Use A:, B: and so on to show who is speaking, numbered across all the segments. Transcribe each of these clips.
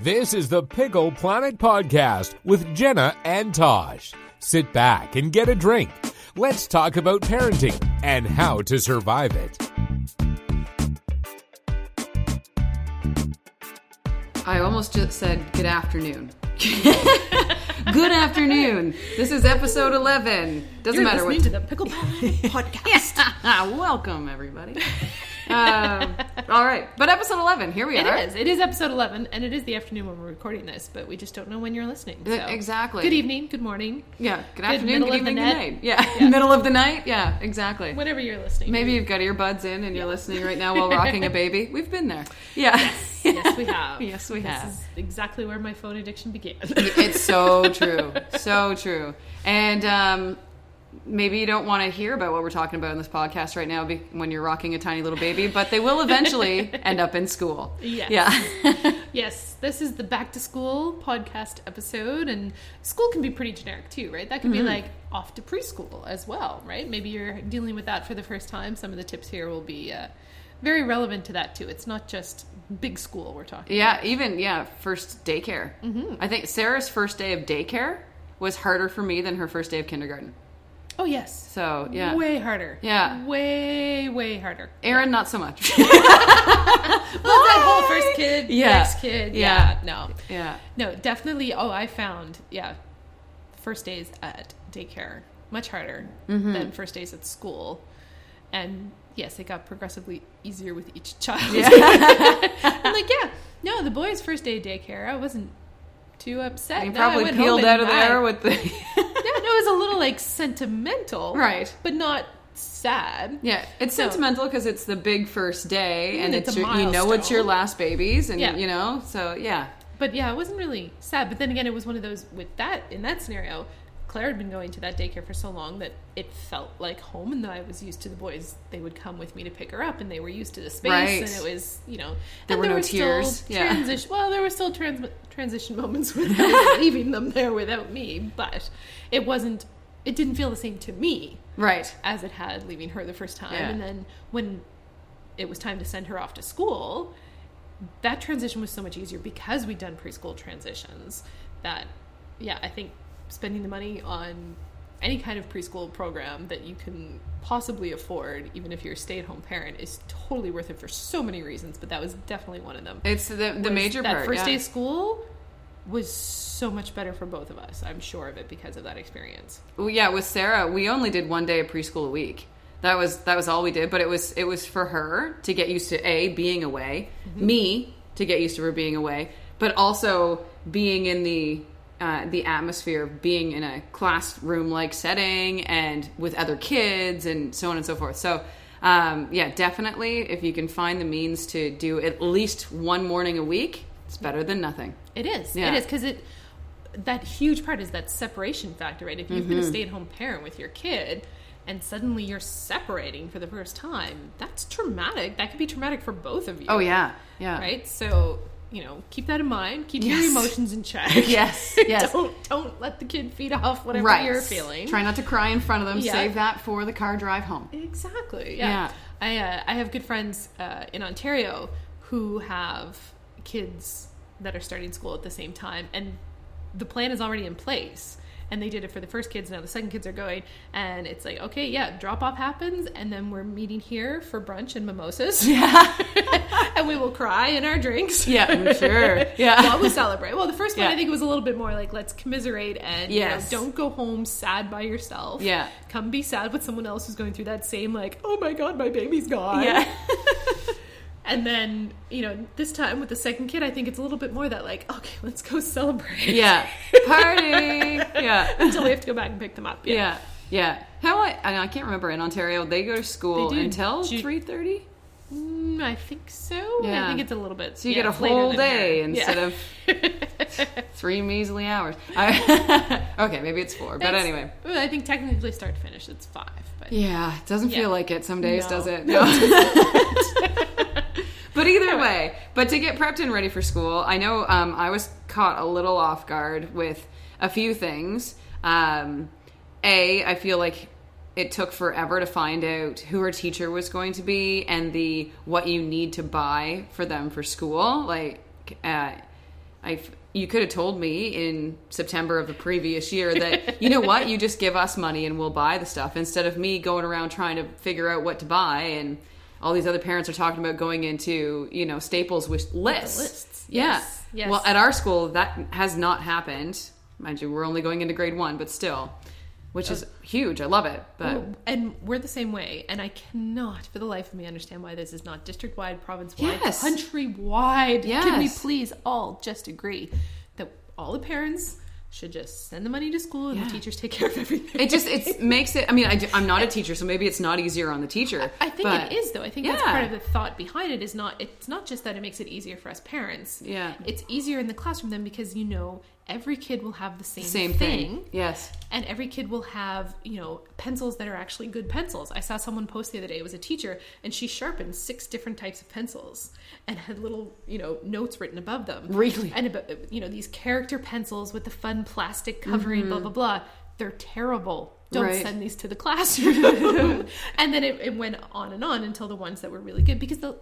A: This is the Pickle Planet Podcast with Jenna and Tosh. Sit back and get a drink. Let's talk about parenting and how to survive it.
B: I almost just said good afternoon. good afternoon. This is episode 11. Doesn't
C: You're
B: matter
C: listening
B: what.
C: to the Pickle Podcast.
B: Welcome, everybody. um, all right. But episode 11, here we
C: It
B: are.
C: is. It is episode 11, and it is the afternoon when we're recording this, but we just don't know when you're listening.
B: E-
C: so.
B: exactly.
C: Good evening, good morning,
B: Yeah. Good,
C: middle
B: afternoon,
C: of
B: good
C: the
B: evening, good
C: night.
B: night. Yeah. middle of the night. Yeah, exactly.
C: whenever you're listening.
B: Maybe you've got earbuds in and you're listening right now while rocking a baby. We've been there. Yeah.
C: Yes, we have.
B: Yes, we
C: This
B: have.
C: is exactly where my phone addiction began.
B: It's so true. So true. And um, maybe you don't want to hear about what we're talking about in this podcast right now be- when you're rocking a tiny little baby, but they will eventually end up in school.
C: Yes.
B: Yeah.
C: yes, this is the back to school podcast episode, and school can be pretty generic too, right? That can
B: Mm-hmm.
C: be like off to preschool as well, right? Maybe you're dealing with that for the first time. Some of the tips here will be uh, very relevant to that too. It's not just big school we're talking
B: yeah. Even, yeah, first daycare.
C: Mm-hmm.
B: I think Sarah's first day of daycare was harder for me than her first day of kindergarten.
C: Oh, yes.
B: So, yeah.
C: Way harder.
B: Yeah.
C: Way, way harder.
B: Aaron, not so much.
C: Well, that whole first kid,
B: Yeah.
C: next kid. Yeah. No.
B: yeah.
C: No, definitely. Oh, I found, yeah, first days at daycare much harder
B: Mm-hmm.
C: than first days at school. And yes, it got progressively easier with each child. I'm like, yeah, no, the boys' first day at daycare, I wasn't too upset.
B: You
C: No, I
B: probably
C: went
B: peeled
C: home
B: out
C: and
B: of
C: cried.
B: there with the.
C: yeah, no, it was a little like sentimental.
B: Right.
C: But not sad.
B: Yeah, it's
C: So-
B: sentimental because it's the big first day, and it's,
C: it's a
B: your, you know it's your
C: milestone.
B: last babies, and
C: Yeah.
B: you know, so yeah,
C: But yeah, it wasn't really sad. But then again, it was one of those with that in that scenario. Claire had been going to that daycare for so long that it felt like home, and that I was used to the boys. They would come with me to pick her up, and they were used to the space,
B: Right.
C: and it was you know
B: There
C: and
B: were no tears.
C: Still
B: Yeah.
C: transition. Well, there were still trans- transition moments with them leaving them there without me, but it wasn't. It didn't feel the same to me
B: right,
C: as it had leaving her the first time.
B: Yeah.
C: And then when it was time to send her off to school, that transition was so much easier because we'd done preschool transitions that, yeah, I think spending the money on any kind of preschool program that you can possibly afford, even if you're a stay at home parent, is totally worth it for so many reasons, but that was definitely one of them.
B: it's the the
C: was
B: major
C: that
B: part.
C: first
B: yeah.
C: day of school was so much better for both of us. I'm sure of it because of that experience.
B: Well, yeah, with Sarah, we only did one day of preschool a week. That was that was all we did, but it was it was for her to get used to a being away, me to get used to her being away, but also being in the uh, the atmosphere of being in a classroom like setting and with other kids and so on and so forth. So. Um, yeah, definitely. If you can find the means to do at least one morning a week, it's better than nothing.
C: It is.
B: Yeah.
C: It is because it that huge part is that separation factor, right? If you've
B: Mm-hmm.
C: been a stay-at-home parent with your kid and suddenly you're separating for the first time, that's traumatic. That could be traumatic for both of you.
B: Oh yeah, yeah.
C: Right? So, you know, keep that in mind. Keep your
B: Yes.
C: emotions in check.
B: Yes, yes.
C: don't don't let the kid feed off whatever
B: right.
C: you're feeling.
B: Try not to cry in front of them.
C: Yeah.
B: Save that for the car drive home.
C: Exactly. Yeah.
B: Yeah.
C: I uh, I have good friends uh, in Ontario who have kids that are starting school at the same time, and the plan is already in place. And they did it for the first kids. Now the second kids are going, and it's like, okay, yeah, drop off happens, and then we're meeting here for brunch and mimosas. Yeah, and we will cry in our drinks.
B: Yeah, I'm sure.
C: While we celebrate. Well, the first one
B: Yeah.
C: I think was a little bit more like let's commiserate and you know,
B: Yes.
C: don't go home sad by yourself.
B: Yeah.
C: Come be sad with someone else who's going through that same like, oh my god, my baby's gone.
B: Yeah.
C: And then, you know, this time with the second kid, I think it's a little bit more that like, okay, let's go celebrate.
B: Yeah. Party. Yeah.
C: Until we have to go back and pick them up.
B: Yeah. Yeah. How I I, I can't remember in Ontario they go to school
C: They do
B: until
C: ju-
B: three thirty.
C: Mm, I think so.
B: Yeah.
C: I think it's a little bit.
B: So you
C: yeah,
B: get a
C: it's later
B: whole
C: than
B: day
C: here.
B: instead
C: Yeah.
B: of three measly hours. I, okay, maybe it's four, but
C: Thanks.
B: anyway.
C: Well, I think technically start to finish it's five, but
B: Yeah, it doesn't
C: Yeah.
B: feel like it some days,
C: No.
B: does it? No. but either way, but to get prepped and ready for school, I know um, I was caught a little off guard with a few things. Um, a, I feel like it took forever to find out who her teacher was going to be and the what you need to buy for them for school. Like, uh, I you could have told me in September of the previous year that you know what you just give us money and we'll buy the stuff instead of me going around trying to figure out what to buy and all these other parents are talking about going into you know Staples wish lists.
C: lists,
B: Yeah.
C: yes, yes.
B: Well, at our school that has not happened. Mind you, we're only going into grade one, but still, which
C: Oh.
B: is huge. I love it, but.
C: Well, Um, and we're the same way. And I cannot, for the life of me, understand why this is not district wide, province wide,
B: Yes.
C: country wide. Can we
B: Yes.
C: please all just agree that all the parents should just send the money to school and
B: Yeah.
C: the teachers take care of everything?
B: It just it makes it. I mean, I, am not a teacher, so maybe it's not easier on the teacher.
C: I think
B: but-
C: it is though. I think that's
B: Yeah.
C: part of the thought behind it is not it's not just that it makes it easier for us parents.
B: Yeah.
C: It's easier in the classroom then because you know every kid will have the same,
B: Same thing. Yes.
C: and every kid will have you know pencils that are actually good pencils i saw someone post the other day it was a teacher and she sharpened six different types of pencils and had little you know notes written above them
B: Really?
C: and about you know these character pencils with the fun plastic covering blah blah blah they're terrible don't
B: Mm-hmm. Right.
C: send these to the classroom and then it, it went on and on until the ones that were really good because the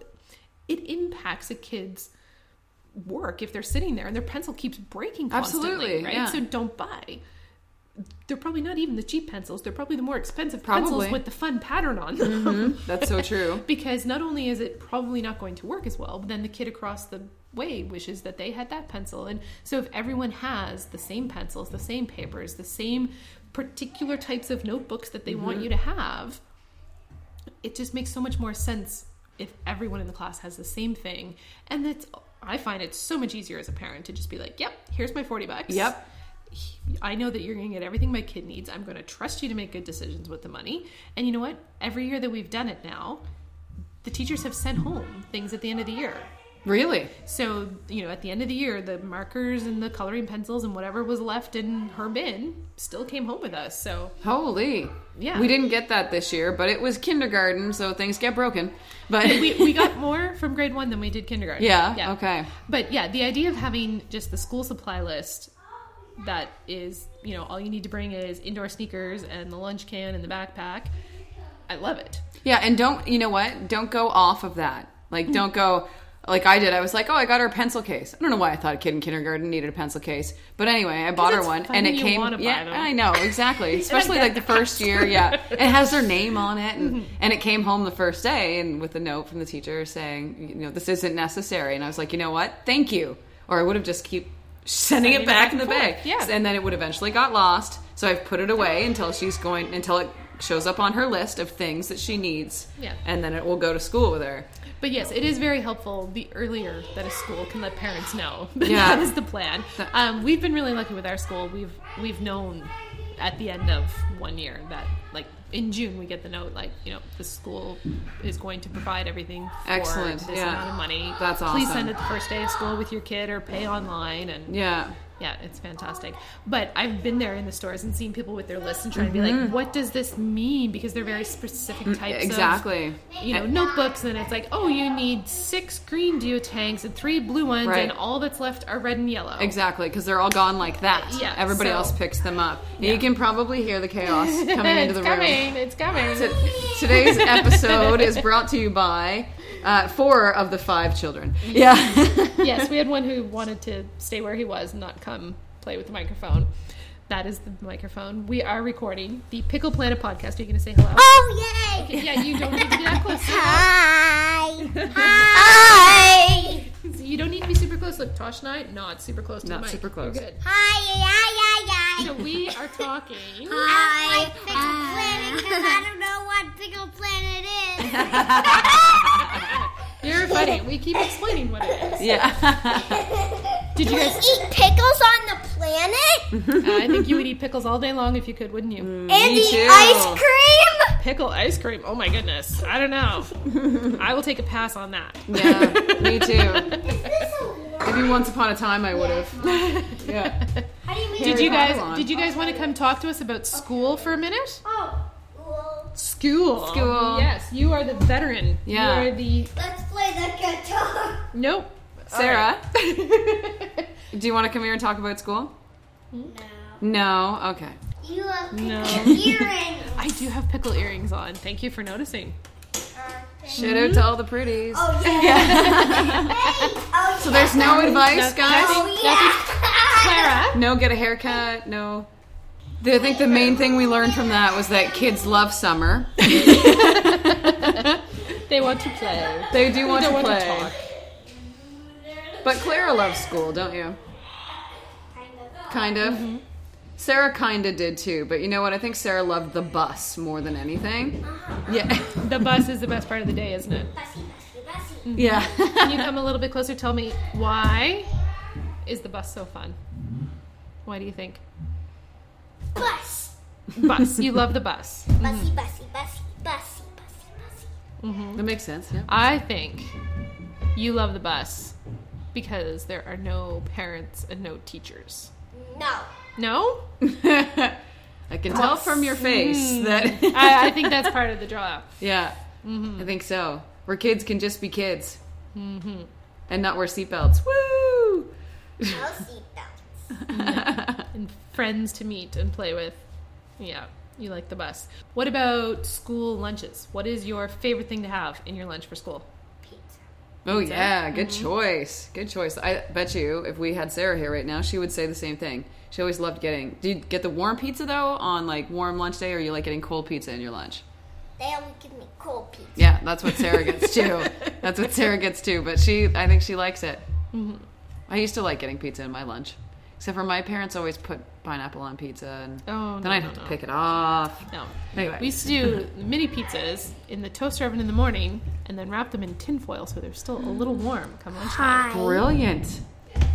C: it impacts a kid's work if they're sitting there and their pencil keeps breaking constantly,
B: Absolutely,
C: right?
B: yeah.
C: So don't buy. They're probably not even the cheap pencils. They're probably the more expensive
B: Probably. Mm-hmm.
C: pencils with the fun pattern on them.
B: That's so true.
C: Because not only is it probably not going to work as well, but then the kid across the way wishes that they had that pencil. And so if everyone has the same pencils, the same papers, the same particular types of notebooks that they want
B: Mm-hmm.
C: you to have, it just makes so much more sense if everyone in the class has the same thing. And that's I find it so much easier as a parent to just be like, "Yep, here's my 40 bucks."
B: Yep.
C: I know that you're going to get everything my kid needs. I'm going to trust you to make good decisions with the money. And you know what? Every year that we've done it now, the teachers have sent home things at the end of the year.
B: Really?
C: So, you know, at the end of the year, the markers and the coloring pencils and whatever was left in her bin still came home with us. So,
B: Holy.
C: Yeah.
B: We didn't get that this year, but it was kindergarten, so things get broken. But
C: we, we got more from grade one than we did kindergarten.
B: Yeah, okay.
C: But yeah, the idea of having just the school supply list that is, you know, all you need to bring is indoor sneakers and the lunch can and the backpack. I love it.
B: yeah, and don't you know what? Don't go off of that. Like, don't go. Like I did, I was like, "Oh, I got her a pencil case." I don't know why I thought a kid in kindergarten needed a pencil case, but anyway, I bought her
C: it's
B: one,
C: fun
B: and it
C: and you
B: came.
C: wanna buy
B: yeah,
C: them.
B: I know exactly, especially
C: get
B: like the first year. Yeah, it has their name on it, and and it came home the first day, and with a note from the teacher saying, "You know, this isn't necessary," and I was like, "You know what? Thank you," or I would have just keep sending, it
C: it
B: back,
C: back
B: in the
C: and forth.
B: bag.
C: Yeah.
B: and then it would eventually got lost. So I've put it away until she's going until it shows up on her list of things that she needs.
C: Yeah.
B: and then it will go to school with her.
C: But yes, it is very helpful the earlier that a school can let parents know that
B: Yeah.
C: that is the plan. Um, we've been really lucky with our school. We've we've known at the end of one year that like in June we get the note like you know the school is going to provide everything for
B: Excellent,
C: this
B: yeah.
C: amount of money.
B: That's
C: Please
B: awesome.
C: send it the first day of school with your kid or pay online and
B: Yeah.
C: yeah, it's fantastic. But I've been there in the stores and seen people with their lists and trying to be
B: Mm-hmm.
C: like, what does this mean? Because they're very specific types of
B: Mm, Exactly.
C: you know, notebooks, and it's like, oh, you need six green geotanks and three blue ones,
B: Right.
C: and all that's left are red and yellow.
B: Exactly, because they're all gone like that.
C: Yeah,
B: Everybody
C: so-
B: else picks them up. And You
C: Yeah.
B: can probably hear the chaos coming into
C: it's
B: the room.
C: coming, it's coming.
B: T- Today's episode is brought to you by uh, four of the five children. Yeah.
C: yes, we had one who wanted to stay where he was and not come play with the microphone. That is the microphone. We are recording the Pickle Planet podcast. Are you going to say hello?
D: Oh, yay!
C: Yeah, you don't need to be that close.
D: Hi! Hi!
C: You don't need to be super close. Look, Tosh and I, not super close to
B: Not
C: the mic.
B: super close.
C: We're good.
D: Hi! Hi!
C: So we are talking.
D: Hi! Uh, Pickle Planet, because I don't know what Pickle Planet is.
C: You're funny. We keep explaining what it is.
B: yeah.
C: Did you guys? uh,
D: Eat pickles on the planet?
C: I think you would eat pickles all day long if you could, wouldn't you?
D: and
B: me
D: the
B: too.
D: ice cream?
C: Pickle ice cream. Oh my goodness. I don't know. I will take a pass on that.
B: yeah. Me too.
D: Is this a lot?
B: Maybe once upon a time I would have. Yeah.
D: How do you make
C: Did you
B: Babylon.
C: guys did you guys want to come talk to us about school for a minute?
D: Oh, well,
C: School.
B: School.
C: Yes, you are the veteran.
B: Yeah.
C: You are the
D: let's play the guitar.
C: Nope.
B: Sarah,
C: Alright.
B: do you want to come here and talk about school?
D: No.
B: No. Okay.
D: You have
C: No.
D: pickle earrings.
C: I do have pickle earrings on. Thank you for noticing.
D: Uh,
B: Shout out to all the pretties.
D: Oh yeah. Hey, oh,
B: So there's no advice,
C: Nothing- nothing-
B: guys.
D: Oh yeah.
C: Clara,
B: No, get a haircut. No. The- I think the main thing we learned from that was that kids love summer.
C: they want to play.
B: They do want
C: They
B: to
C: want
B: play.
C: to talk.
B: But Clara loves school, don't you? Kind of. Sarah kinda did too, but you know what? I think Sarah loved the bus more than anything. Yeah.
C: The bus is the best part of the day, isn't it?
D: Bussy, bussy, bussy.
C: Mm.
B: yeah.
C: Can you come a little bit closer? Tell me why is the bus so fun? Why do you think?
D: Bus.
C: Bus. You love the bus.
D: Bussy, bussy, bussy, bussy, bussy, bussy.
B: that makes sense, yeah.
C: I think you love the bus because there are no parents and no teachers.
D: No.
C: No?
B: I can tell from your face that
C: I, I think that's part of the draw.
B: Yeah,
C: Mm-hmm.
B: I think so. Where kids can just be kids Mm-hmm. and not wear seatbelts. Woo!
D: No seatbelts.
C: And friends to meet and play with. Yeah, you like the bus. What about school lunches? What is your favorite thing to have in your lunch for school?
D: Pizza.
B: Oh yeah, good
C: Mm-hmm.
B: choice. Good choice. I bet you if we had Sarah here right now, she would say the same thing. She always loved getting. Do you get the warm pizza though on like warm lunch day, or you like getting cold pizza in your lunch?
D: They only give me cold pizza.
B: Yeah, that's what Sarah gets too. that's what Sarah gets too. But she, I think she likes it.
C: Mm-hmm.
B: I used to like getting pizza in my lunch, except for my parents always put pineapple on pizza, and
C: Oh,
B: then
C: no,
B: I'd
C: no,
B: have
C: no.
B: to pick it off.
C: No.
B: Anyway.
C: We used to do mini pizzas in the toaster oven in the morning and then wrap them in tinfoil so they're still a little warm come lunchtime.
B: Brilliant.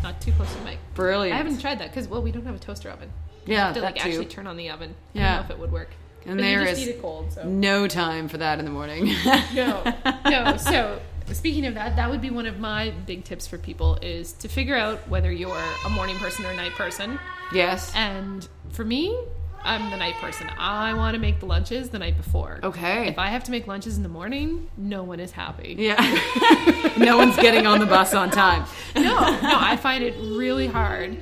C: Not too close to the mic.
B: Brilliant.
C: I haven't tried that because, well, we don't have a toaster oven.
B: yeah,
C: to
B: that
C: like
B: too.
C: actually turn on the oven. I
B: Yeah.
C: don't know if it would work.
B: And
C: but
B: there
C: you just
B: is-
C: eat it cold. So
B: no time for that in the morning.
C: no, no. So speaking of that, that would be one of my big tips for people is to figure out whether you're a morning person or a night person.
B: yes.
C: And for me, I'm the night person. I want to make the lunches the night before.
B: Okay.
C: If I have to make lunches in the morning, no one is happy.
B: yeah. no one's getting on the bus on time.
C: no, no, I find it really hard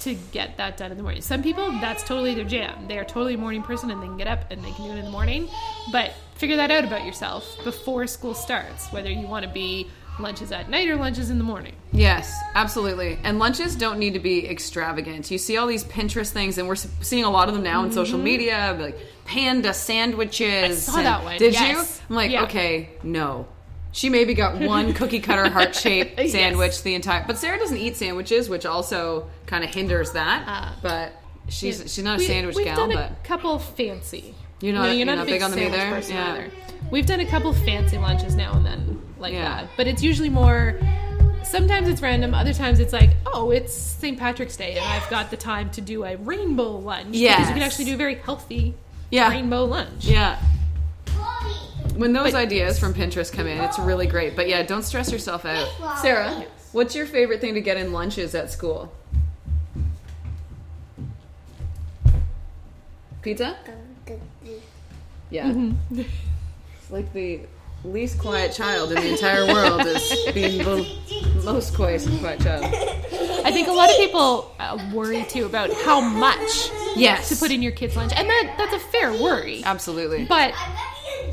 C: to get that done in the morning. Some people, that's totally their jam. They are totally a morning person and they can get up and they can do it in the morning. But figure that out about yourself before school starts, whether you want to be lunches at night or lunches in the morning.
B: Yes, absolutely. And lunches don't need to be extravagant. You see all these Pinterest things, and we're s- seeing a lot of them now on social media, like panda sandwiches.
C: Mm-hmm. I saw
B: and-
C: that one,
B: Did
C: yes.
B: you? I'm like,
C: Yeah.
B: okay, no. She maybe got one cookie cutter heart shaped
C: Yes.
B: sandwich the entire. But Sarah doesn't eat sandwiches, which also kind of hinders that.
C: Ah.
B: but she's
C: Yeah.
B: she's not a
C: We-
B: sandwich
C: we've
B: gal.
C: done
B: but
C: a couple fancy.
B: You're not- you're not big on them
C: sandwich
B: either?
C: person
B: Yeah.
C: We've done a couple fancy lunches now and then, like
B: Yeah.
C: that. But it's usually more. Sometimes it's random. Other times it's like, oh, it's St. Patrick's Day, and I've got the time to do a rainbow lunch. because you can
B: Yes.
C: actually do a very healthy
B: Yeah.
C: rainbow lunch.
B: yeah.
D: Chloe.
B: When those
C: But-
B: ideas from Pinterest come in, it's really great. But yeah, don't stress yourself out.
D: Well,
B: Sarah, what's your favorite thing to get in lunches at school? Pizza? Yeah.
C: Mm-hmm.
B: It's like the least quiet child in the entire world is being the most quiet, quiet child.
C: I think a lot of people uh, worry too about how much
B: Yes.
C: to put in your kids' lunch, and that that's a fair worry.
B: Absolutely.
C: But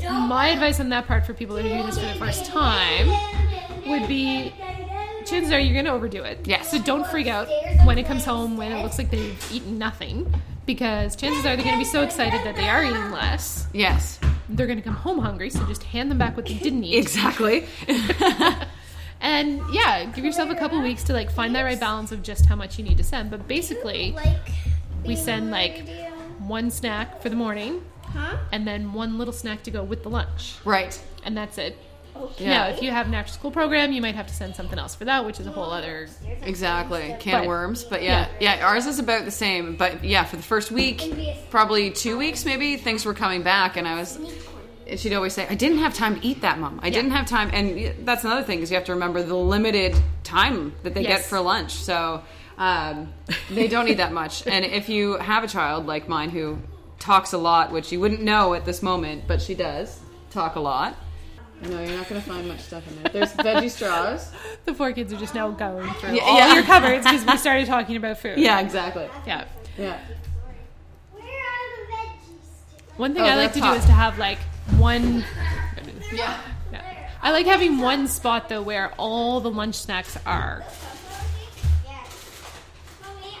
D: My
C: my advice on that part for people that are doing this for the first time would be chances are you're going to overdo it.
B: Yes.
C: So don't freak out when it comes home when it looks like they've eaten nothing because chances are they're going to be so excited that they are eating less.
B: Yes.
C: They're going to come home hungry, so just hand them back what they didn't eat.
B: Exactly.
C: And yeah, give yourself a couple weeks to like find that right balance of just how much you need to send. But basically,
D: Like
C: we send like one snack for the morning
D: Huh?
C: and then one little snack to go with the lunch.
B: right.
C: And that's it.
D: Okay.
C: Now, if you have an after school program, you might have to send something else for that, which is a whole other.
B: Exactly. Can
C: But-
B: of worms. But yeah, yeah, ours is about the same. But yeah, for the first week, probably two weeks maybe, things were coming back and I was and she'd always say, I didn't have time to eat that, Mom. I didn't have time and y- that's another thing is you have to remember the limited time that they get
C: Yes.
B: for lunch. So um, they don't eat that much. And if you have a child like mine who talks a lot, which you wouldn't know at this moment, but she does talk a lot. No, you're not going to find much stuff in there. There's veggie straws.
C: The four kids are just now going through
B: Yeah,
C: all
B: yeah.
C: your cupboards because we started talking about food.
B: Yeah, exactly.
C: Yeah.
B: Yeah.
D: Where are the veggies?
C: One thing
B: Oh,
C: I
B: they're
C: like to
B: hot.
C: do is to have like one
B: Yeah.
C: yeah, I like having one spot though where all the lunch snacks are.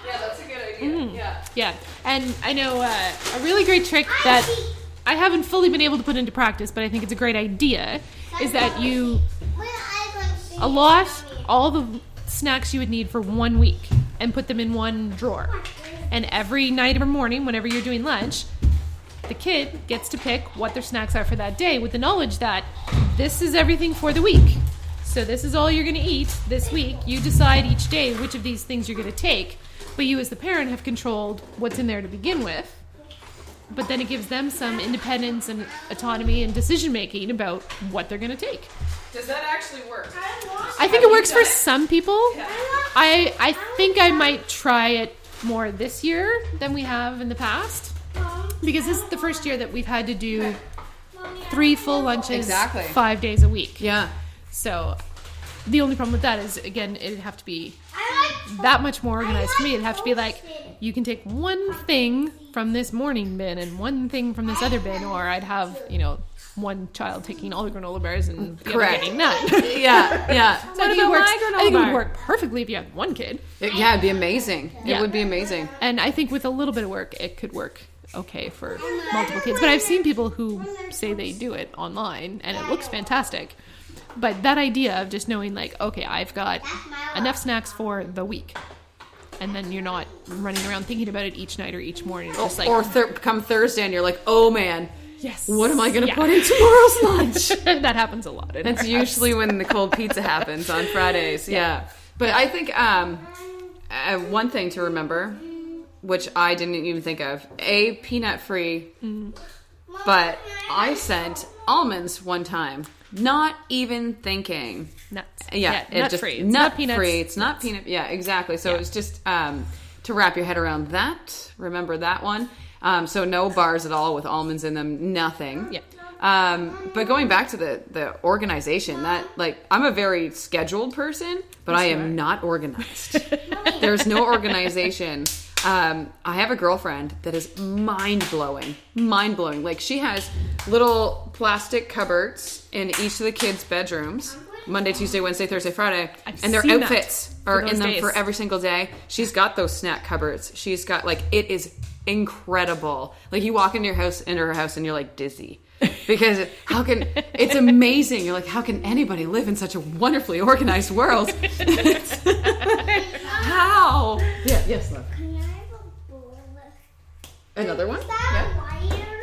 B: Yeah, that's a good idea. Yeah.
C: Yeah, and I know uh, a really great trick that I haven't fully been able to put into practice, but I think it's a great idea, is that you a lot all the snacks you would need for one week and put them in one drawer. And every night or morning, whenever you're doing lunch, the kid gets to pick what their snacks are for that day with the knowledge that this is everything for the week. So this is all you're going to eat this week. You decide each day which of these things you're going to take, but you as the parent have controlled what's in there to begin with. But then it gives them some independence and autonomy and decision making about what they're going to take.
B: Does that actually work?
C: I think it works for some people.
B: Yeah.
C: I I think I might try it more this year than we have in the past because this is the first year that we've had to do three full lunches
B: Exactly.
C: five days a week.
B: Yeah.
C: So the only problem with that is again it'd have to be that much more organized for me. It'd have to be like you can take one thing from this morning bin and one thing from this other bin, or I'd have you know one child taking all the granola bars and the other
B: Correct.
C: getting none.
B: Yeah. Yeah.
C: I think it
B: about
C: works-
B: my granola
C: I think it would
B: bar?
C: work perfectly if you have one kid.
B: It- yeah, it'd be amazing.
C: Yeah.
B: It would be amazing.
C: And I think with a little bit of work, it could work okay for multiple kids. But I've seen people who say they do it online, and it looks fantastic. But that idea of just knowing, like, okay, I've got enough snacks for the week. And then you're not running around thinking about it each night or each morning. It's just like,
B: or th- come Thursday and you're like, oh man,
C: yes.
B: what am I going to
C: Yeah.
B: put in tomorrow's lunch?
C: that happens a lot. in
B: That's
C: our house.
B: usually when the cold pizza happens on Fridays. Yeah. But I think um, uh, one thing to remember, which I didn't even think of, a peanut free, but I sent almonds one time, not even thinking.
C: Nuts.
B: Yeah, it
C: nut
B: just-
C: free. It's
B: nut
C: not peanuts.
B: free. It's not peanut. Yeah, exactly. So it's just um, to wrap your head around that. Remember that one. Um, so no bars at all with almonds in them. Nothing.
C: Yeah.
B: Um, but going back to the the organization, that like I'm a very scheduled person, but I am not organized. There's no organization. Um, I have a girlfriend that is mind blowing, mind blowing. Like she has little plastic cupboards in each of the kids' bedrooms. Monday, Tuesday, Wednesday, Thursday, Friday,
C: I've
B: and their
C: seen that
B: outfits
C: for
B: are in
C: those
B: them
C: days.
B: for every single day. She's got those snack cupboards. She's got like it is incredible. Like you walk into your house into her house and you're like dizzy. Because how can it's amazing. You're like, how can anybody live in such a wonderfully organized world? how? Yeah, yes, love. Another one? Yeah.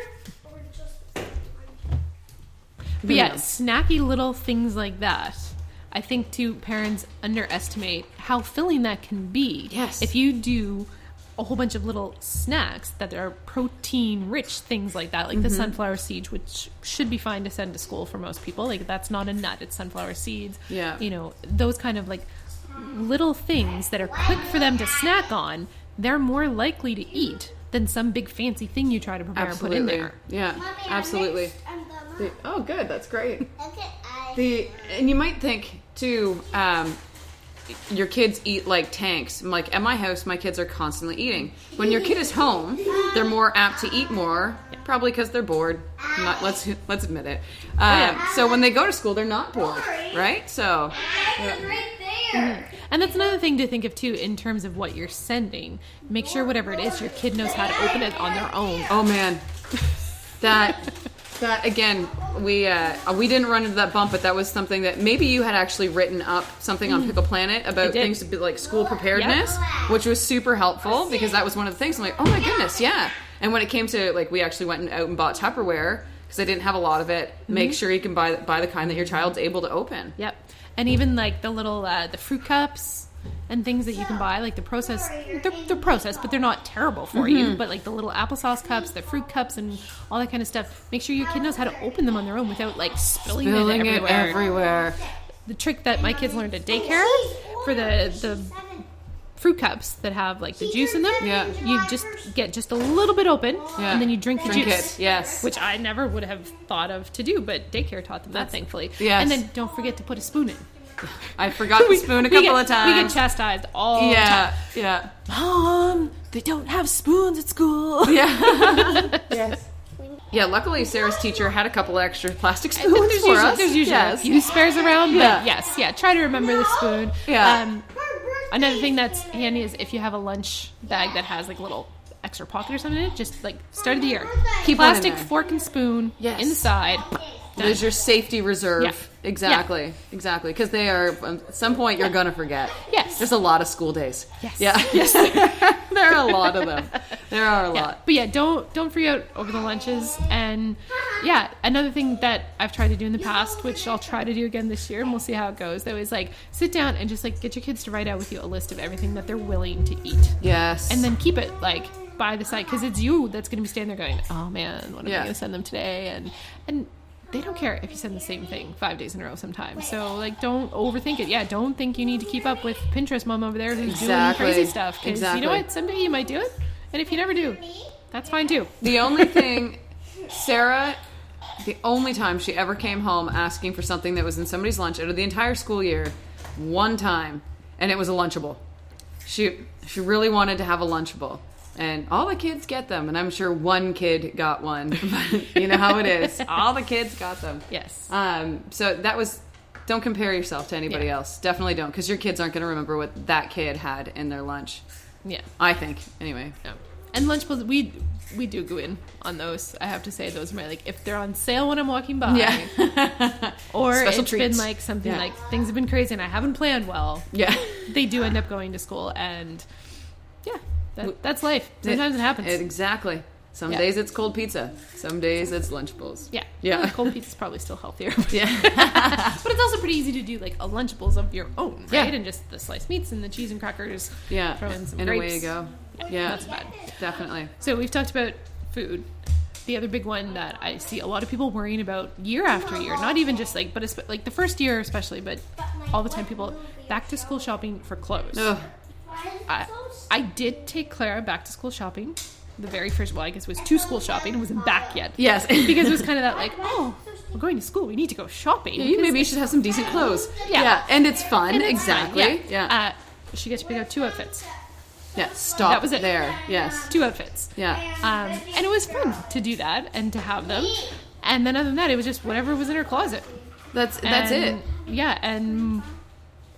C: But yeah, snacky little things like that. I think too parents underestimate how filling that can be.
B: Yes.
C: If you do a whole bunch of little snacks that are protein rich things like that, like
B: Mm-hmm.
C: the sunflower seeds, which should be fine to send to school for most people. Like that's not a nut, it's sunflower seeds.
B: Yeah.
C: You know, those kind of like little things that are quick for them to snack on, they're more likely to eat than some big fancy thing you try to prepare and put
B: Absolutely.
C: in there.
B: Yeah. Absolutely. The- Oh good, that's great. The and you might think too, um, your kids eat like tanks. I'm like at my house, my kids are constantly eating. When your kid is home, they're more apt to eat more, probably because they're bored. Not- let's let's admit it. Um,
C: yeah.
B: So when they go to school, they're not bored, right? So
C: Mm-hmm. And that's another thing to think of too in terms of what you're sending. Make sure whatever it is, your kid knows how to open it on their own.
B: oh man, that that again we uh, we didn't run into that bump, but that was something that maybe you had actually written up something on Pickle Planet about
C: Mm. did.
B: things to be like school preparedness, which was super helpful because that was one of the things. I'm like, oh my goodness, yeah. And when it came to like, we actually went and out and bought Tupperware because I didn't have a lot of it.
C: Mm-hmm.
B: Make sure you can buy buy the kind that your child's able to open.
C: Yep. And even like the little uh, the fruit cups and things that you can buy, like the process they're, they're processed, but they're not terrible for you. But like the little applesauce cups, the fruit cups, and all that kind of stuff. Make sure your kid knows how to open them on their own without like spilling,
B: Filling
C: it
B: it
C: everywhere.
B: everywhere.
C: the trick that my kids
D: Oh,
C: learned at daycare for the the fruit cups that have like the juice in them.
B: Yeah.
C: You just get just a little bit open
B: Yeah.
C: and then you drink the
B: Drink
C: juice.
B: it, yes.
C: Which I never would have thought of to do, but daycare taught them that thankfully.
B: yes.
C: And then don't forget to put a spoon in.
B: I forgot the spoon a
C: We
B: couple
C: get-
B: of times.
C: We get chastised all
B: yeah, yeah,
C: the time. Mom, they don't have spoons at school.
B: yeah. Yeah, luckily Sarah's teacher had a couple extra plastic
C: I think
B: spoons
C: there's
B: for
C: usually,
B: us.
C: there's usually a
B: yes.
C: few spares around, but
B: Yeah.
C: yes, yeah. Try to remember the spoon.
B: Yeah.
C: Um, another thing that's handy is if you have a lunch bag that has like a little extra pocket or something in it, just like start of the year.
B: Keep one in
C: plastic
B: there.
C: fork and spoon
B: Yes.
C: inside.
B: There's your safety reserve.
C: Yeah.
B: Exactly. Exactly. Because they are, um, at some point, you're going to forget.
C: Yes.
B: There's a lot of school days.
C: Yes.
B: Yeah. Yes. there are a lot of them. There are a
C: Yeah.
B: lot.
C: But yeah, don't don't freak out over the lunches. And yeah, another thing that I've tried to do in the past, which I'll try to do again this year, and we'll see how it goes. Though is like sit down and just like get your kids to write out with you a list of everything that they're willing to eat.
B: Yes.
C: and then keep it like by the side because it's you that's going to be standing there going, "Oh man, what am
B: Yeah.
C: I going to send them today?" And and they don't care if you send the same thing five days in a row sometimes. So like, don't overthink it. Yeah, don't think you need to keep up with Pinterest mom over there who's
B: Exactly.
C: doing crazy stuff. Because you
B: Exactly.
C: know what, someday you might do it, and if you never do, that's fine too.
B: The only thing, Sarah, the only time she ever came home asking for something that was in somebody's lunch out of the entire school year, one time, and it was a Lunchable. She she really wanted to have a Lunchable, and all the kids get them, and I'm sure one kid got one. But you know how it is. All the kids got them.
C: Yes.
B: Um. So that was. Don't compare yourself to anybody
C: Yeah.
B: else. Definitely don't, because your kids aren't going to remember what that kid had in their lunch.
C: Yeah.
B: I think, anyway.
C: No. And Lunchables, we we do go in on those. I have to say, those are my like if they're on sale when I'm walking by.
B: Yeah.
C: Or it's
B: Special
C: been
B: treats.
C: like something
B: Yeah.
C: like things have been crazy and I haven't planned well.
B: yeah.
C: they do end up going to school and yeah that, that's life sometimes it, happens
B: Exactly. Some
C: Yeah.
B: days it's cold pizza. Some days it's lunchables.
C: yeah
B: Yeah.
C: cold pizza's probably still healthier
B: Yeah.
C: but it's also pretty easy to do like a lunchables of your own right
B: Yeah.
C: and just the sliced meats and the cheese and crackers
B: Yeah.
C: throw in some
B: and
C: grapes
B: away you go. Yeah.
C: that's bad
B: Definitely.
C: so we've talked about food the other big one that I see a lot of people worrying about year after year, not even just like, but it's like the first year especially, but all the time people back to school shopping for clothes.
B: Ugh.
C: I, I did take Clara back to school shopping. The very first, well, I guess it was to school shopping. It wasn't back yet.
B: Yes.
C: Because it was kind of that, like, oh, we're going to school. We need to go shopping.
B: Yeah, you
C: because
B: maybe you should have some decent clothes.
C: Yeah.
B: And it's fun.
C: it's fun.
B: exactly. Yeah. Yeah.
C: Uh, she gets to pick out two outfits.
B: Stop
C: that was it.
B: there. Yes.
C: Two outfits.
B: Yeah.
C: Um, and it was fun to do that and to have them. And then other than that, it was just whatever was in her closet.
B: That's that's it.
C: And, Yeah, and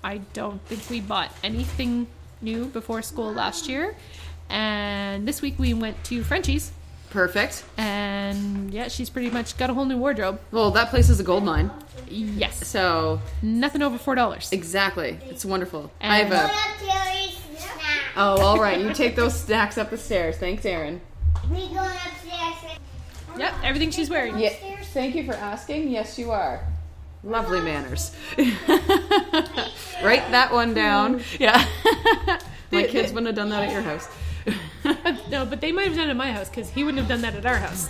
C: I don't think we bought anything new before school last year. And this week we went to Frenchie's,
B: Perfect.
C: and yeah, she's pretty much got a whole new wardrobe.
B: Well, that place is a gold mine.
C: Yes,
B: So
C: nothing over four dollars.
B: exactly. It's wonderful.
C: And-
B: I have
D: Put
B: a
D: up Terry's snack.
B: Oh, all right. You take those stacks up the stairs. Thanks, Aaron.
D: We going upstairs.
C: Yep, everything she's wearing.
B: Yeah. Thank you for asking. Yes, you are. Lovely manners. Write that one down. Yeah. My kids wouldn't have done that at your house.
C: But, no, but they might have done it at my house because he wouldn't have done that at our house.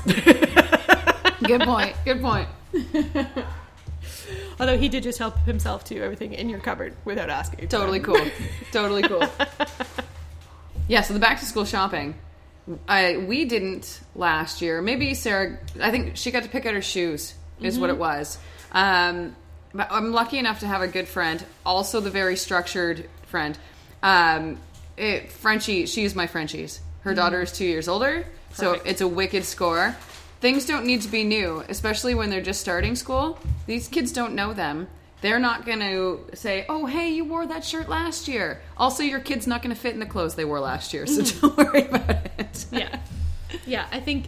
B: Good point. Good point.
C: Although he did just help himself to everything in your cupboard without asking.
B: Totally cool. Totally cool. Yeah, so the back to school shopping. I we didn't last year. Maybe Sarah I think she got to pick out her shoes is what it was. Um but I'm lucky enough to have a good friend, also the very structured friend. Um it, Frenchie, she's my Frenchie's. Her daughter is 2 years older, so
C: Perfect.
B: it's a wicked score. Things don't need to be new, especially when they're just starting school. These kids don't know them. They're not going to say, "Oh, hey, you wore that shirt last year." Also, your kid's not going to fit in the clothes they wore last year, so don't worry about it.
C: Mm. yeah. Yeah, I think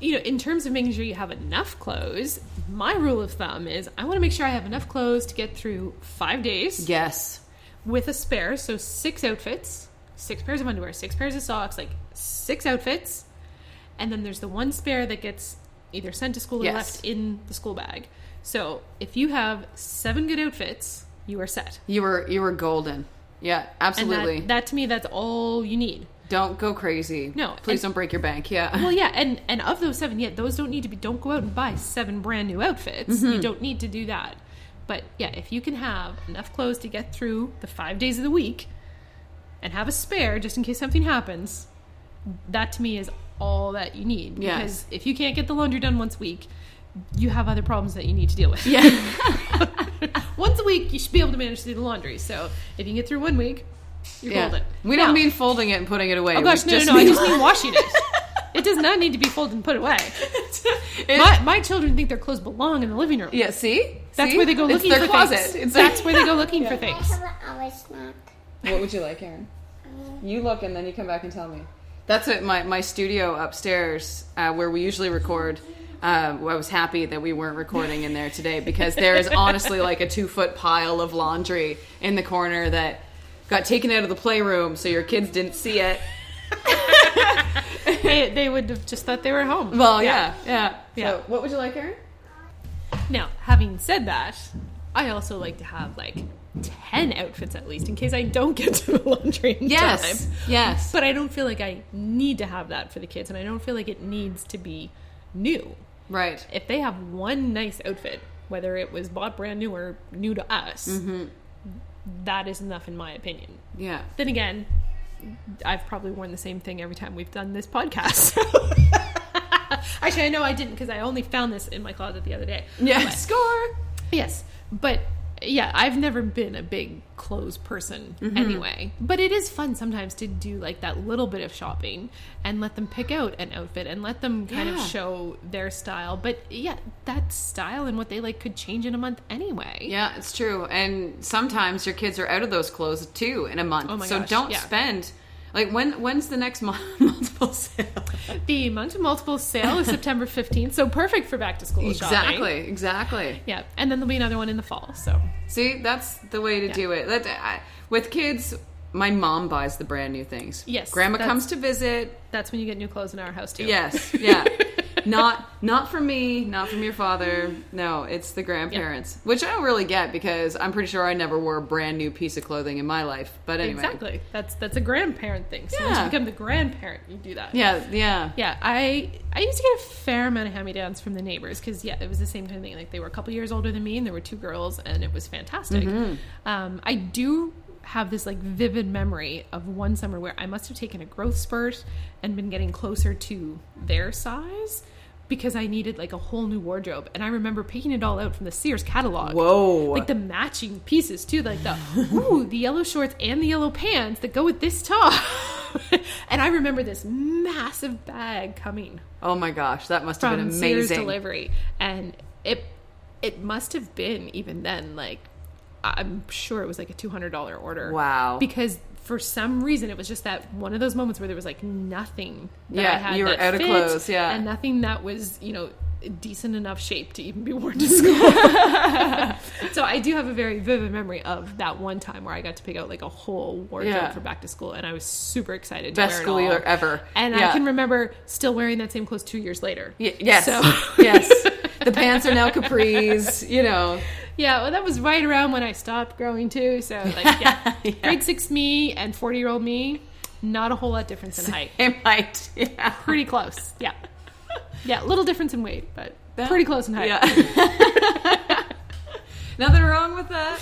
C: you know, in terms of making sure you have enough clothes, my rule of thumb is I want to make sure I have enough clothes to get through 5 days
B: Yes.
C: with a spare, so 6 outfits, 6 pairs of underwear, 6 pairs of socks, like 6 outfits. And then there's the one spare that gets either sent to school or
B: Yes.
C: left in the school bag. So, if you have 7 good outfits, you are set.
B: You were you were golden. Yeah,
C: And that-
B: absolutely.
C: that, to me that's all you need.
B: don't go crazy.
C: No,
B: Please
C: and-
B: don't break your bank. Yeah.
C: Well, yeah, and and of those seven, yeah, those don't need to be. Don't go out and buy seven brand new outfits.
B: Mm-hmm.
C: You don't need to do that. But yeah, if you can have enough clothes to get through the five days of the week, and have a spare just in case something happens, that to me is all that you need.
B: Yes.
C: Because if you can't get the laundry done once a week, you have other problems that you need to deal with.
B: yeah.
C: once a week, you should be able to manage to do the laundry. So if you can get through one week, you're
B: yeah.
C: golden.
B: We
C: Now-
B: don't mean folding it and putting it away.
C: Oh gosh,
B: we
C: no, no,
B: just
C: no! I
B: mean-
C: just mean washing it. It does not need to be folded and put away.
B: honest. It-
C: My, my children think their clothes belong in the living room.
B: yeah, see?
C: That's
B: See?
C: where they go looking
B: it's their
C: for
B: closet.
C: things.
B: It's
C: That's where they go looking for
D: I
C: things.
D: have an hour snack.
B: What would you like, Aaron? You look and then you come back and tell me. That's it. My, my studio upstairs, uh, where we usually record. Uh, I was happy that we weren't recording in there today because there is honestly like a two foot pile of laundry in the corner that got taken out of the playroom, so your kids didn't see it.
C: They, they would have just thought they were home.
B: Well, yeah, yeah,
C: Yeah.
B: So, what would you like, Aaron?
C: Now, having said that, I also like to have like 10 outfits at least in case I don't get to the laundry in
B: Yes,
C: time.
B: yes.
C: But I don't feel like I need to have that for the kids, and I don't feel like it needs to be new.
B: right.
C: If they have one nice outfit, whether it was bought brand new or new to us, that is enough in my opinion.
B: Yeah.
C: Then again, I've probably worn the same thing every time we've done this podcast. Actually, I know I didn't because I only found this in my closet the other day.
B: Yeah. Score.
C: Yes, but yeah, I've never been a big clothes person
B: Mm-hmm.
C: anyway. But it is fun sometimes to do like that little bit of shopping and let them pick out an outfit and let them kind of
B: Yeah.
C: show their style. But yeah, that style and what they like could change in a month anyway.
B: Yeah, it's true. And sometimes your kids are out of those clothes too in a month.
C: Oh my
B: so
C: gosh,
B: don't
C: yeah.
B: spend. Like when when's the next mon- multiple sale?
C: The month of multiple sale is September 15th, so perfect for back to school shopping.
B: Exactly, exactly.
C: Yeah, and then there'll be another one in the fall, so.
B: See, that's the way to do it. That I, with kids, my mom buys the brand new things.
C: Yes,
B: grandma
C: that's-
B: comes to visit.
C: That's when you get new clothes in our house too.
B: Yes, yeah. not not from me, not from your father. No, it's the grandparents, which I don't really get because I'm pretty sure I never wore a brand new piece of clothing in my life. But anyway,
C: Exactly. That's that's a grandparent thing. So once you
B: Yeah.
C: become the grandparent, you do that.
B: Yeah, yeah,
C: Yeah, I I used to get a fair amount of hand-me-downs from the neighbors because yeah, it was the same kind of thing. Like they were a couple years older than me, and there were two girls, and it was fantastic. Um, I do have this like vivid memory of one summer where I must have taken a growth spurt and been getting closer to their size because I needed like a whole new wardrobe, and I remember picking it all out from the Sears catalog.
B: Whoa.
C: Like the matching pieces too, like the ooh, the yellow shorts and the yellow pants that go with this top. and I remember this massive bag coming
B: Oh my gosh, that must have been
C: from Sears
B: amazing.
C: delivery, and it it must have been even then like I'm sure it was like a two hundred dollar order.
B: Wow.
C: Because for some reason it was just that one of those moments where there was like nothing. That I
B: Yeah,
C: had
B: you were
C: that
B: out of
C: fit
B: clothes, yeah.
C: and nothing that was you know decent enough shape to even be worn to school. so I do have a very vivid memory of that one time where I got to pick out like a whole wardrobe
B: Yeah.
C: for back to school, and I was super excited. to
B: Best
C: wear it
B: school year
C: all.
B: ever.
C: And I
B: Yeah.
C: can remember still wearing that same clothes two years later.
B: Y- yes.
C: So,
B: yes. The pants are now capris, you know.
C: yeah, well, that was right around when I stopped growing too. So, like, yeah, grade six me and 40 year old me, not a whole lot difference in height.
B: It might. Yeah.
C: Pretty close. Yeah. Yeah, little difference in weight, but pretty close in height.
B: Yeah. Nothing wrong with that.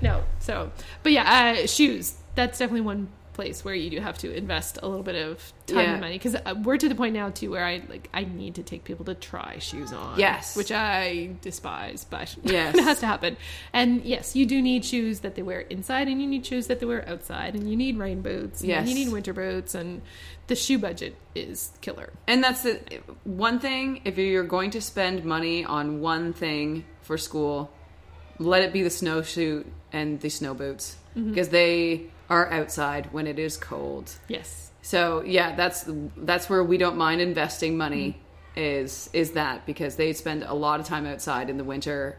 C: No, so, but yeah, uh, shoes. That's definitely one place where you do have to invest a little bit of time
B: Yeah.
C: and money because we're to the point now too where I like I need to take people to try shoes on.
B: Yes.
C: which I despise, but
B: Yes.
C: it has to happen. And yes, you do need shoes that they wear inside, and you need shoes that they wear outside, and you need rain boots. and
B: Yes.
C: you need winter boots, and the shoe budget is killer.
B: And that's the one thing if you're going to spend money on one thing for school, let it be the snowsuit and the snow boots
C: Mm-hmm.
B: because they are outside when it is cold.
C: Yes,
B: So yeah, that's that's where we don't mind investing money
C: Mm-hmm.
B: is is that because they spend a lot of time outside in the winter.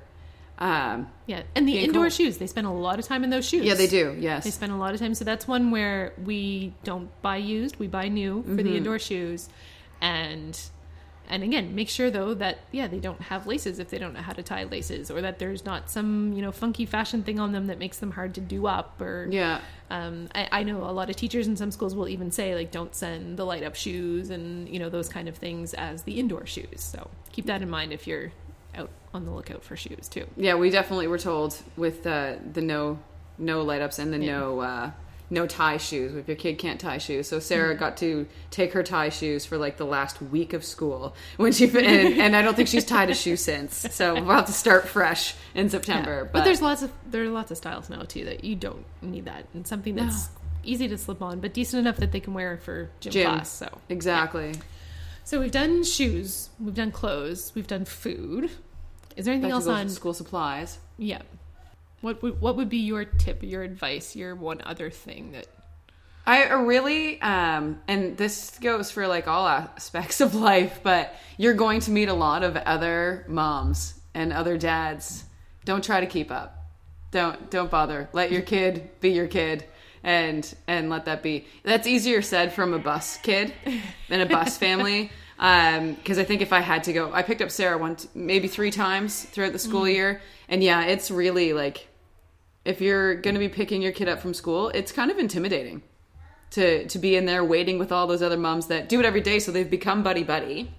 B: Um,
C: yeah, and the
B: Being
C: indoor
B: cold.
C: shoes they spend a lot of time in those shoes.
B: yeah, they do. Yes,
C: They spend a lot of time. So that's one where we don't buy used, we buy new for
B: Mm-hmm.
C: the indoor shoes. And and again, make sure though that yeah, they don't have laces if they don't know how to tie laces or that there's not some, you know, funky fashion thing on them that makes them hard to do up or
B: yeah,
C: um, I, I know a lot of teachers in some schools will even say like don't send the light up shoes and you know those kind of things as the indoor shoes. So keep that in mind if you're out on the lookout for shoes too.
B: yeah. We definitely were told with uh, the no no light ups and the no uh, no tie shoes. If your kid can't tie shoes, so Sarah
C: Mm-hmm.
B: got to take her tie shoes for like the last week of school when she fin- and, and I don't think she's tied a shoe since. So we'll have to start fresh in September.
C: but, there's lots of there are lots of styles now too that you don't need that and something that's easy to slip on but decent enough that they can wear for gym,
B: Gym.
C: class so
B: exactly.
C: So we've done shoes, we've done clothes, we've done food. Is there anything
B: Back to
C: else
B: those
C: on?
B: school supplies.
C: Yeah. What would what would be your tip, your advice, your one other thing that
B: I really, um, and this goes for like all aspects of life, but you're going to meet a lot of other moms and other dads. Don't try to keep up. Don't don't bother. Let your kid be your kid, and and let that be. That's easier said from a bus kid than a bus family. Um, because I think if I had to go, I picked up Sarah one, maybe three times throughout the school year, and yeah, it's really like if you're going to be picking your kid up from school, it's kind of intimidating to to be in there waiting with all those other moms that do it every day, so they've become buddy buddy.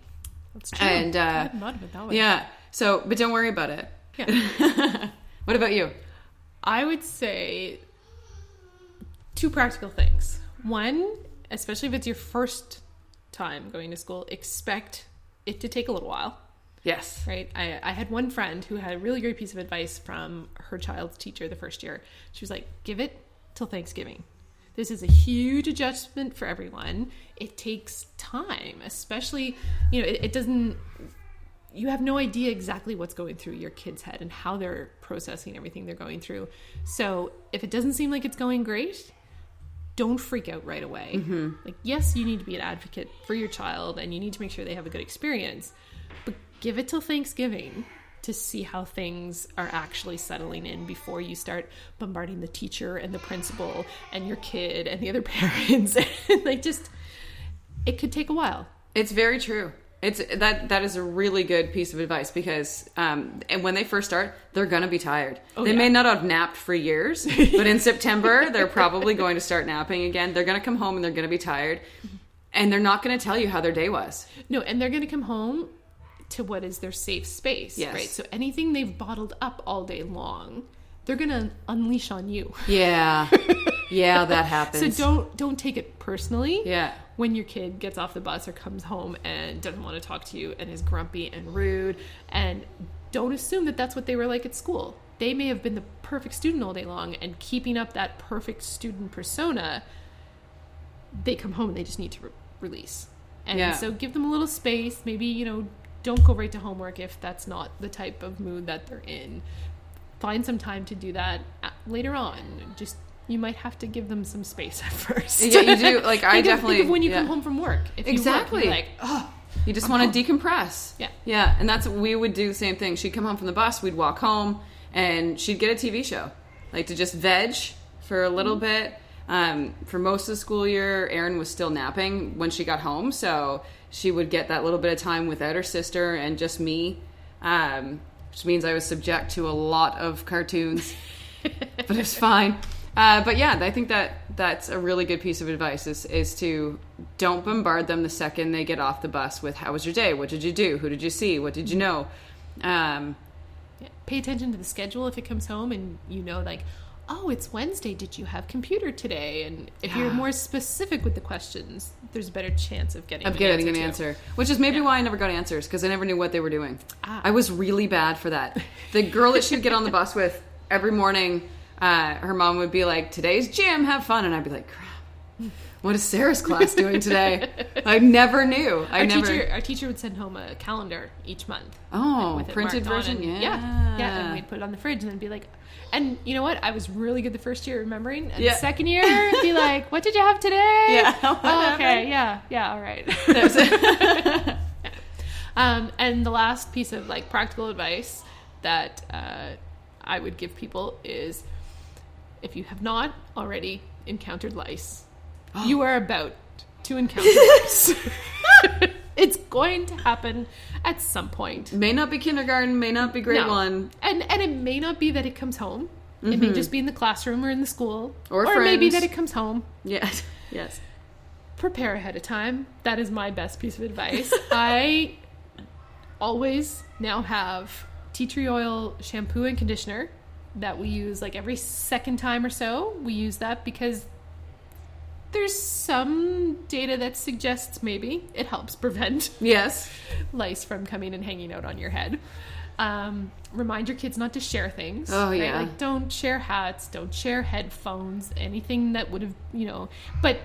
C: that's true?
B: And, uh,
C: I hadn't thought of it that way.
B: Yeah. So, but don't worry about it.
C: yeah.
B: What about you?
C: I would say two practical things. One, especially if it's your first time going to school, expect it to take a little while.
B: Yes.
C: right? I, I had one friend who had a really great piece of advice from her child's teacher the first year. She was like, give it till Thanksgiving. This is a huge adjustment for everyone. It takes time, especially, you know, it, it doesn't, you have no idea exactly what's going through your kid's head and how they're processing everything they're going through. So if it doesn't seem like it's going great, don't freak out right away. Like, yes, you need to be an advocate for your child and you need to make sure they have a good experience, but give it till Thanksgiving to see how things are actually settling in before you start bombarding the teacher and the principal and your kid and the other parents. like, just, it could take a while.
B: It's very true. It's that that is a really good piece of advice because um, and when they first start, they're gonna be tired. they
C: Oh, yeah.
B: may not have napped for years, but in September, they're probably going to start napping again. They're gonna come home and they're gonna be tired, and they're not gonna tell you how their day was.
C: No, and they're going to come home to what is their safe space,
B: Yes.
C: right? So anything they've bottled up all day long, they're going to unleash on you.
B: Yeah, yeah, that happens.
C: So don't don't take it personally.
B: Yeah.
C: When your kid gets off the bus or comes home and doesn't want to talk to you and is grumpy and rude, and don't assume that that's what they were like at school. They may have been the perfect student all day long, and keeping up that perfect student persona, they come home and they just need to re- release. And
B: Yeah.
C: so give them a little space. Maybe you know, don't go right to homework if that's not the type of mood that they're in find some time to do that a- later on. Just you might have to give them some space at first.
B: Yeah, you do. Like, I
C: Think of-
B: definitely-
C: think of when you
B: yeah.
C: come home from work. If
B: Exactly.
C: You work, you're like, oh,
B: You just want to decompress.
C: Yeah.
B: Yeah. And that's, we would do the same thing. She'd come home from the bus, we'd walk home, and she'd get a TV show. Like to just veg for a little bit. Um, for most of the school year, Erin was still napping when she got home. So she would get that little bit of time without her sister and just me, um, which means I was subject to a lot of cartoons but it's fine. Uh, but yeah, I think that that's a really good piece of advice is, is to don't bombard them the second they get off the bus with how was your day? What did you do? Who did you see? What did you know? Um,
C: yeah. pay attention to the schedule if it comes home and you know like. Oh, it's Wednesday. Did you have computer today? And if you're
B: Yeah.
C: more specific with the questions, there's a better chance of getting
B: of getting an
C: too.
B: answer, which is maybe why I never got answers because I never knew what they were doing.
C: Ah.
B: I was really bad for that. The girl that she'd get on the bus with every morning, uh, her mom would be like, "Today's gym, have fun," and I'd be like, "Crap, what is Sarah's class doing today?" I never knew. I
C: Our
B: never.
C: teacher, our teacher would send home a calendar each month.
B: Oh,
C: with it
B: printed
C: marked on
B: version,
C: and-
B: yeah.
C: yeah, yeah, and we'd put it on the fridge and then be like, and you know what? I was really good the first year remembering, and
B: Yeah.
C: the second year be like, what did you have today?
B: Yeah, what
C: oh,
B: happened?
C: okay, yeah, yeah, all right.
B: That
C: um, and the last piece of like practical advice that uh, I would give people is, if you have not already encountered lice, you are about to encounter lice. it's going to happen at some point.
B: may not be kindergarten, may not be grade
C: No.
B: one.
C: And and it may not be that it comes home. It may just be in the classroom Mm-hmm. or in the school.
B: Or
C: it may be
B: friends.
C: that it comes home.
B: Yes, yes.
C: Prepare ahead of time. That is my best piece of advice. I always now have tea tree oil shampoo and conditioner that we use like every second time or so. We use that because there's some data that suggests maybe it helps prevent
B: Yes.
C: lice from coming and hanging out on your head. Um, remind your kids not to share things.
B: Oh, yeah.
C: Like don't share hats, don't share headphones, anything that would have you know. But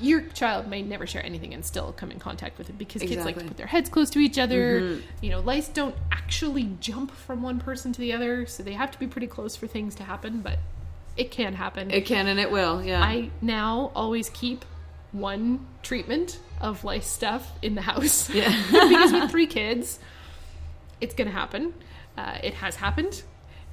C: your child may never share anything and still come in contact with it because kids like to
B: Exactly. Mm-hmm.
C: put their heads close to each other. You know, lice don't actually jump from one person to the other, so they have to be pretty close for things to happen, but it can happen.
B: It can and it will. Yeah.
C: I now always keep one treatment of lice stuff in the house.
B: Yeah.
C: because with three kids, it's going to happen. Uh, it has happened.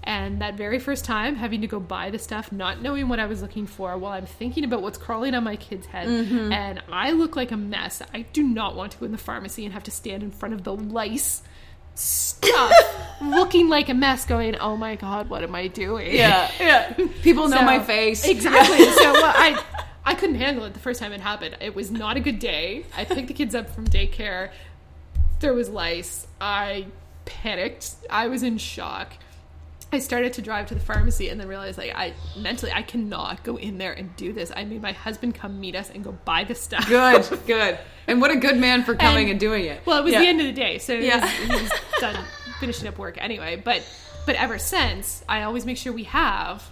C: And that very first time, having to go buy the stuff, not knowing what I was looking for, while I'm thinking about what's crawling on my kid's head,
B: Mm-hmm.
C: and I look like a mess. I do not want to go in the pharmacy and have to stand in front of the lice stuff, looking like a mess, going, "Oh my god, what am I doing?"
B: yeah. Yeah. People know
C: So-
B: my face.
C: Exactly. so well, I I couldn't handle it the first time it happened. It was not a good day. I picked the kids up from daycare. There was lice. I panicked. I was in shock. I started to drive to the pharmacy and then realized like I mentally I cannot go in there and do this. I made my husband come meet us and go buy the stuff.
B: Good. Good. And what a good man for coming and,
C: And-
B: doing it.
C: Well, it was
B: Yeah.
C: the end of the day, so he,
B: Yeah.
C: was, he was done finishing up work anyway. But but ever since, I always make sure we have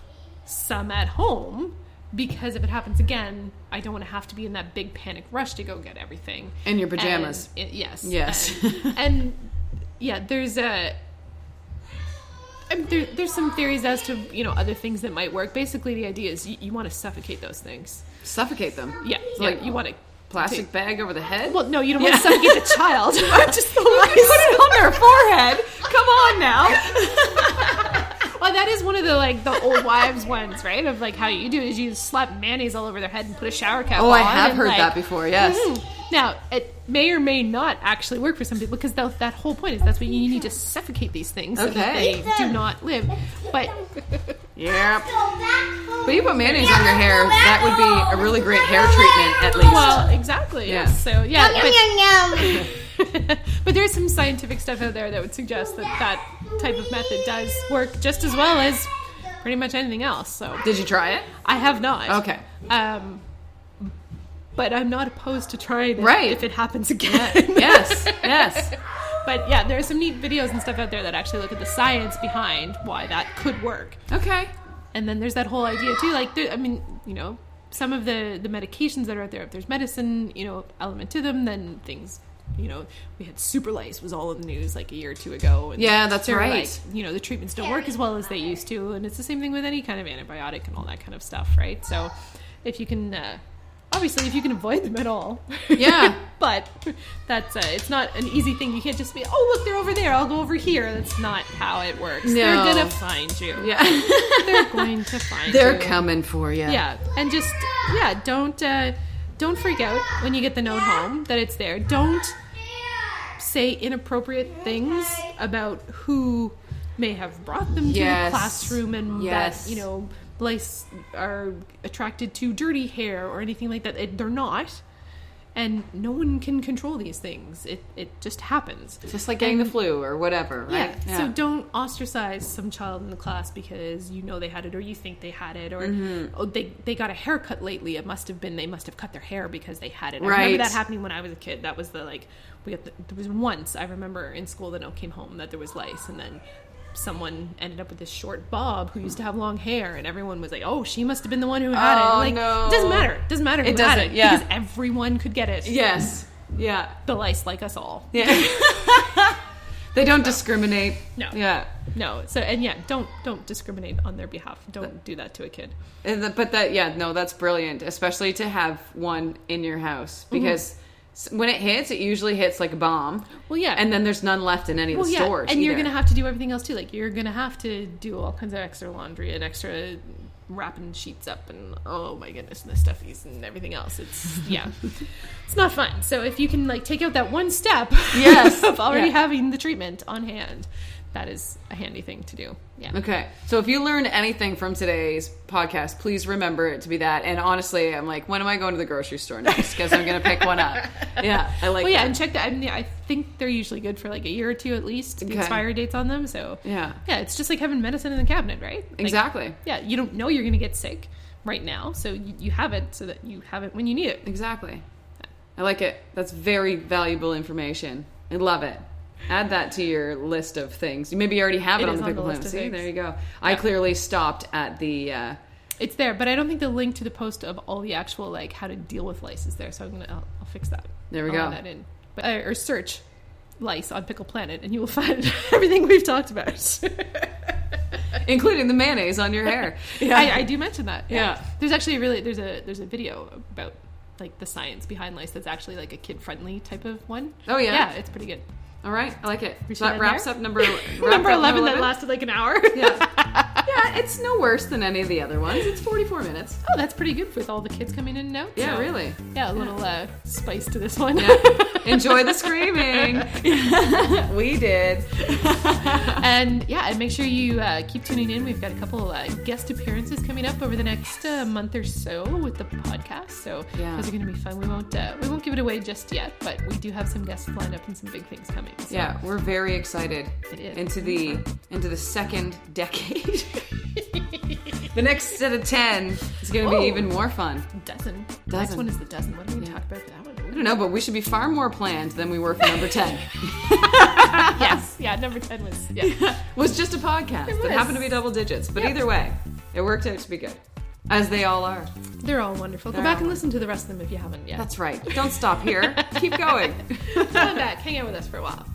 C: some at home because if it happens again, I don't want to have to be in that big panic rush to go get everything
B: In your pajamas.
C: And it- yes.
B: Yes.
C: And, and, yeah, there's a. I mean, there, there's some theories as to you know other things that might work. Basically, the idea is you, you want to suffocate those things.
B: Suffocate them.
C: Yeah,
B: It's
C: yeah,
B: like
C: you want to
B: Plastic bag over the head.
C: Well, no, you don't want to suffocate the child. Just the
B: Put it on their forehead. Come on now.
C: Well, that is one of the like the old wives ones, right? Of like how you do is you slap mayonnaise all over their head and put a shower cap.
B: Oh, I
C: on
B: have
C: and,
B: heard
C: like-
B: that before. Yes.
C: Mhm. Now it may or may not actually work for some people because tho- that whole point is that's what you need to suffocate these things so that
B: Okay.
C: they do not live. But
B: Yep.
D: Go back home.
B: But you put mayonnaise on your hair. That would be a really great hair treatment, at least.
C: well, exactly.
B: Yeah.
C: yes. So yeah,
D: Yum,
C: but-
D: yum, yum.
C: but there's some scientific stuff out there that would suggest that that type of method does work just as well as pretty much anything else. So
B: Did you try it?
C: I have not.
B: Okay.
C: Um, but I'm not opposed to trying it
B: Right.
C: if it happens again.
B: Yes. Yes.
C: but yeah, there are some neat videos and stuff out there that actually look at the science behind why that could work.
B: Okay.
C: And then there's that whole idea too. Like, there, I mean, you know, some of the the medications that are out there, if there's medicine, you know, element to them, then things. You know, we had super lice was all in the news like a year or two ago. And
B: Yeah, that's
C: they're
B: right.
C: Like, you know, the treatments don't work as well as they used to, and it's the same thing with any kind of antibiotic and all that kind of stuff, right? So, if you can, uh, obviously, if you can avoid them at all,
B: Yeah.
C: but that's uh, it's not an easy thing. You can't just be, oh look, they're over there. I'll go over here. That's not how it works. They're
B: No.
C: gonna find you
B: Yeah.
C: they're going to find
B: They're
C: you.
B: coming for you.
C: Yeah, and just yeah, don't uh, don't freak out when you get the note home that it's there. Don't say inappropriate things about who may have brought them to
B: Yes.
C: the classroom and
B: Yes.
C: that you know lice are attracted to dirty hair or anything like that. It, they're not. And no one can control these things. It it just happens.
B: Just like getting the
C: And-
B: flu or whatever, right?
C: yeah. So don't ostracize some child in the class because you know they had it or you think they had it or
B: Mm-hmm.
C: oh they they got a haircut lately. It must have been they must have cut their hair because they had it. I
B: Right.
C: remember that happening when I was a kid. That was the like we got the, there was once I remember in school the note came home that there was lice and then someone ended up with this short bob who used to have long hair and everyone was like oh she must have been the one who had it
B: Oh,
C: like
B: no.
C: it doesn't matter it doesn't matter who
B: It
C: had
B: doesn't,
C: it
B: yeah.
C: because everyone could get it
B: Yes. Yeah.
C: the lice like us all
B: Yeah. they don't discriminate.
C: No.
B: Yeah.
C: No. So and yeah, don't don't discriminate on their behalf. Don't do that to a kid.
B: And the, but that yeah, no, that's brilliant, especially to have one in your house
C: Mm-hmm.
B: because s when it hits, it usually hits like a bomb.
C: Well, yeah.
B: And then there's none left in any of
C: Well,
B: the
C: yeah,
B: stores.
C: and you're
B: either.
C: gonna have to do everything else too. Like you're gonna have to do all kinds of extra laundry and extra wrapping sheets up and oh my goodness, and the stuffies and everything else. It's yeah, it's not fun. So if you can like take out that one step,
B: Yes.
C: of already
B: Yeah.
C: having the treatment on hand, that is a handy thing to do. Yeah.
B: Okay. So if you learned anything from today's podcast, please remember it to be that. And honestly, I'm like, when am I going to the grocery store next? Because I'm going to pick one up. Yeah, I like
C: well, yeah,
B: that.
C: and check that. I, mean, I think they're usually good for like a year or two at least. The
B: Okay.
C: expiry dates on them, so
B: Yeah.
C: yeah, it's just like having medicine in the cabinet, right? Like,
B: Exactly.
C: yeah, you don't know you're going to get sick right now, so you, you have it so that you have it when you need it.
B: Exactly. I like it. That's very valuable information. I love it. Add that to your list of things. Maybe you already have it,
C: It
B: on
C: is
B: the
C: on the
B: pickle plan.
C: list of
B: See,
C: things.
B: there you go. I clearly stopped at the. Uh,
C: It's there, but I don't think the link to the post of all the actual like how to deal with lice is there. So I'm gonna I'll, I'll fix that.
B: There we
C: I'll
B: go.
C: Add that in, but, uh, or search lice on Pickle Planet, and you will find everything we've talked about.
B: including the mayonnaise on your hair. yeah.
C: I, I do mention that.
B: Yeah.
C: there's actually really there's a there's a video about like the science behind lice that's actually like a kid friendly type of one.
B: Oh, yeah.
C: yeah, it's pretty good.
B: All right, I like it.
C: We
B: So that
C: should end
B: wraps
C: there?
B: up number wraps
C: Number
B: up
C: eleven that lasted like an hour.
B: Yeah. yeah, it's no worse than any of the other ones. It's 44 minutes.
C: Oh, that's pretty good with all the kids coming in and out.
B: Yeah,
C: so-
B: really.
C: Yeah, a little uh, spice to this one.
B: Enjoy the screaming. we did.
C: and yeah, and make sure you uh, keep tuning in. We've got a couple uh, guest appearances coming up over the next uh, month or so with the podcast. So
B: Yeah.
C: those are going to be fun. We won't uh, we won't give it away just yet, but we do have some guests lined up and some big things coming. So.
B: Yeah, we're very excited
C: It is. Mm-hmm.
B: into the into the second decade. the next set of 10 is going to
C: Whoa.
B: be even more fun.
C: dozen. This
B: Dozen.
C: one is the dozen. What are we going to
B: Yeah.
C: talk about for that one?
B: I don't know, but we should be far more planned than we were for number 10.
C: yes, yeah. Number ten was yeah.
B: was just a podcast
C: It
B: that
C: was.
B: happened to be double digits, but
C: Yeah.
B: either way, it worked out to be good. As they all are.
C: They're all wonderful. Go
B: They're
C: back
B: all
C: and listen to the rest of them if you haven't yet.
B: That's right. Don't stop here. Keep going.
C: Come on back. Hang out with us for a while.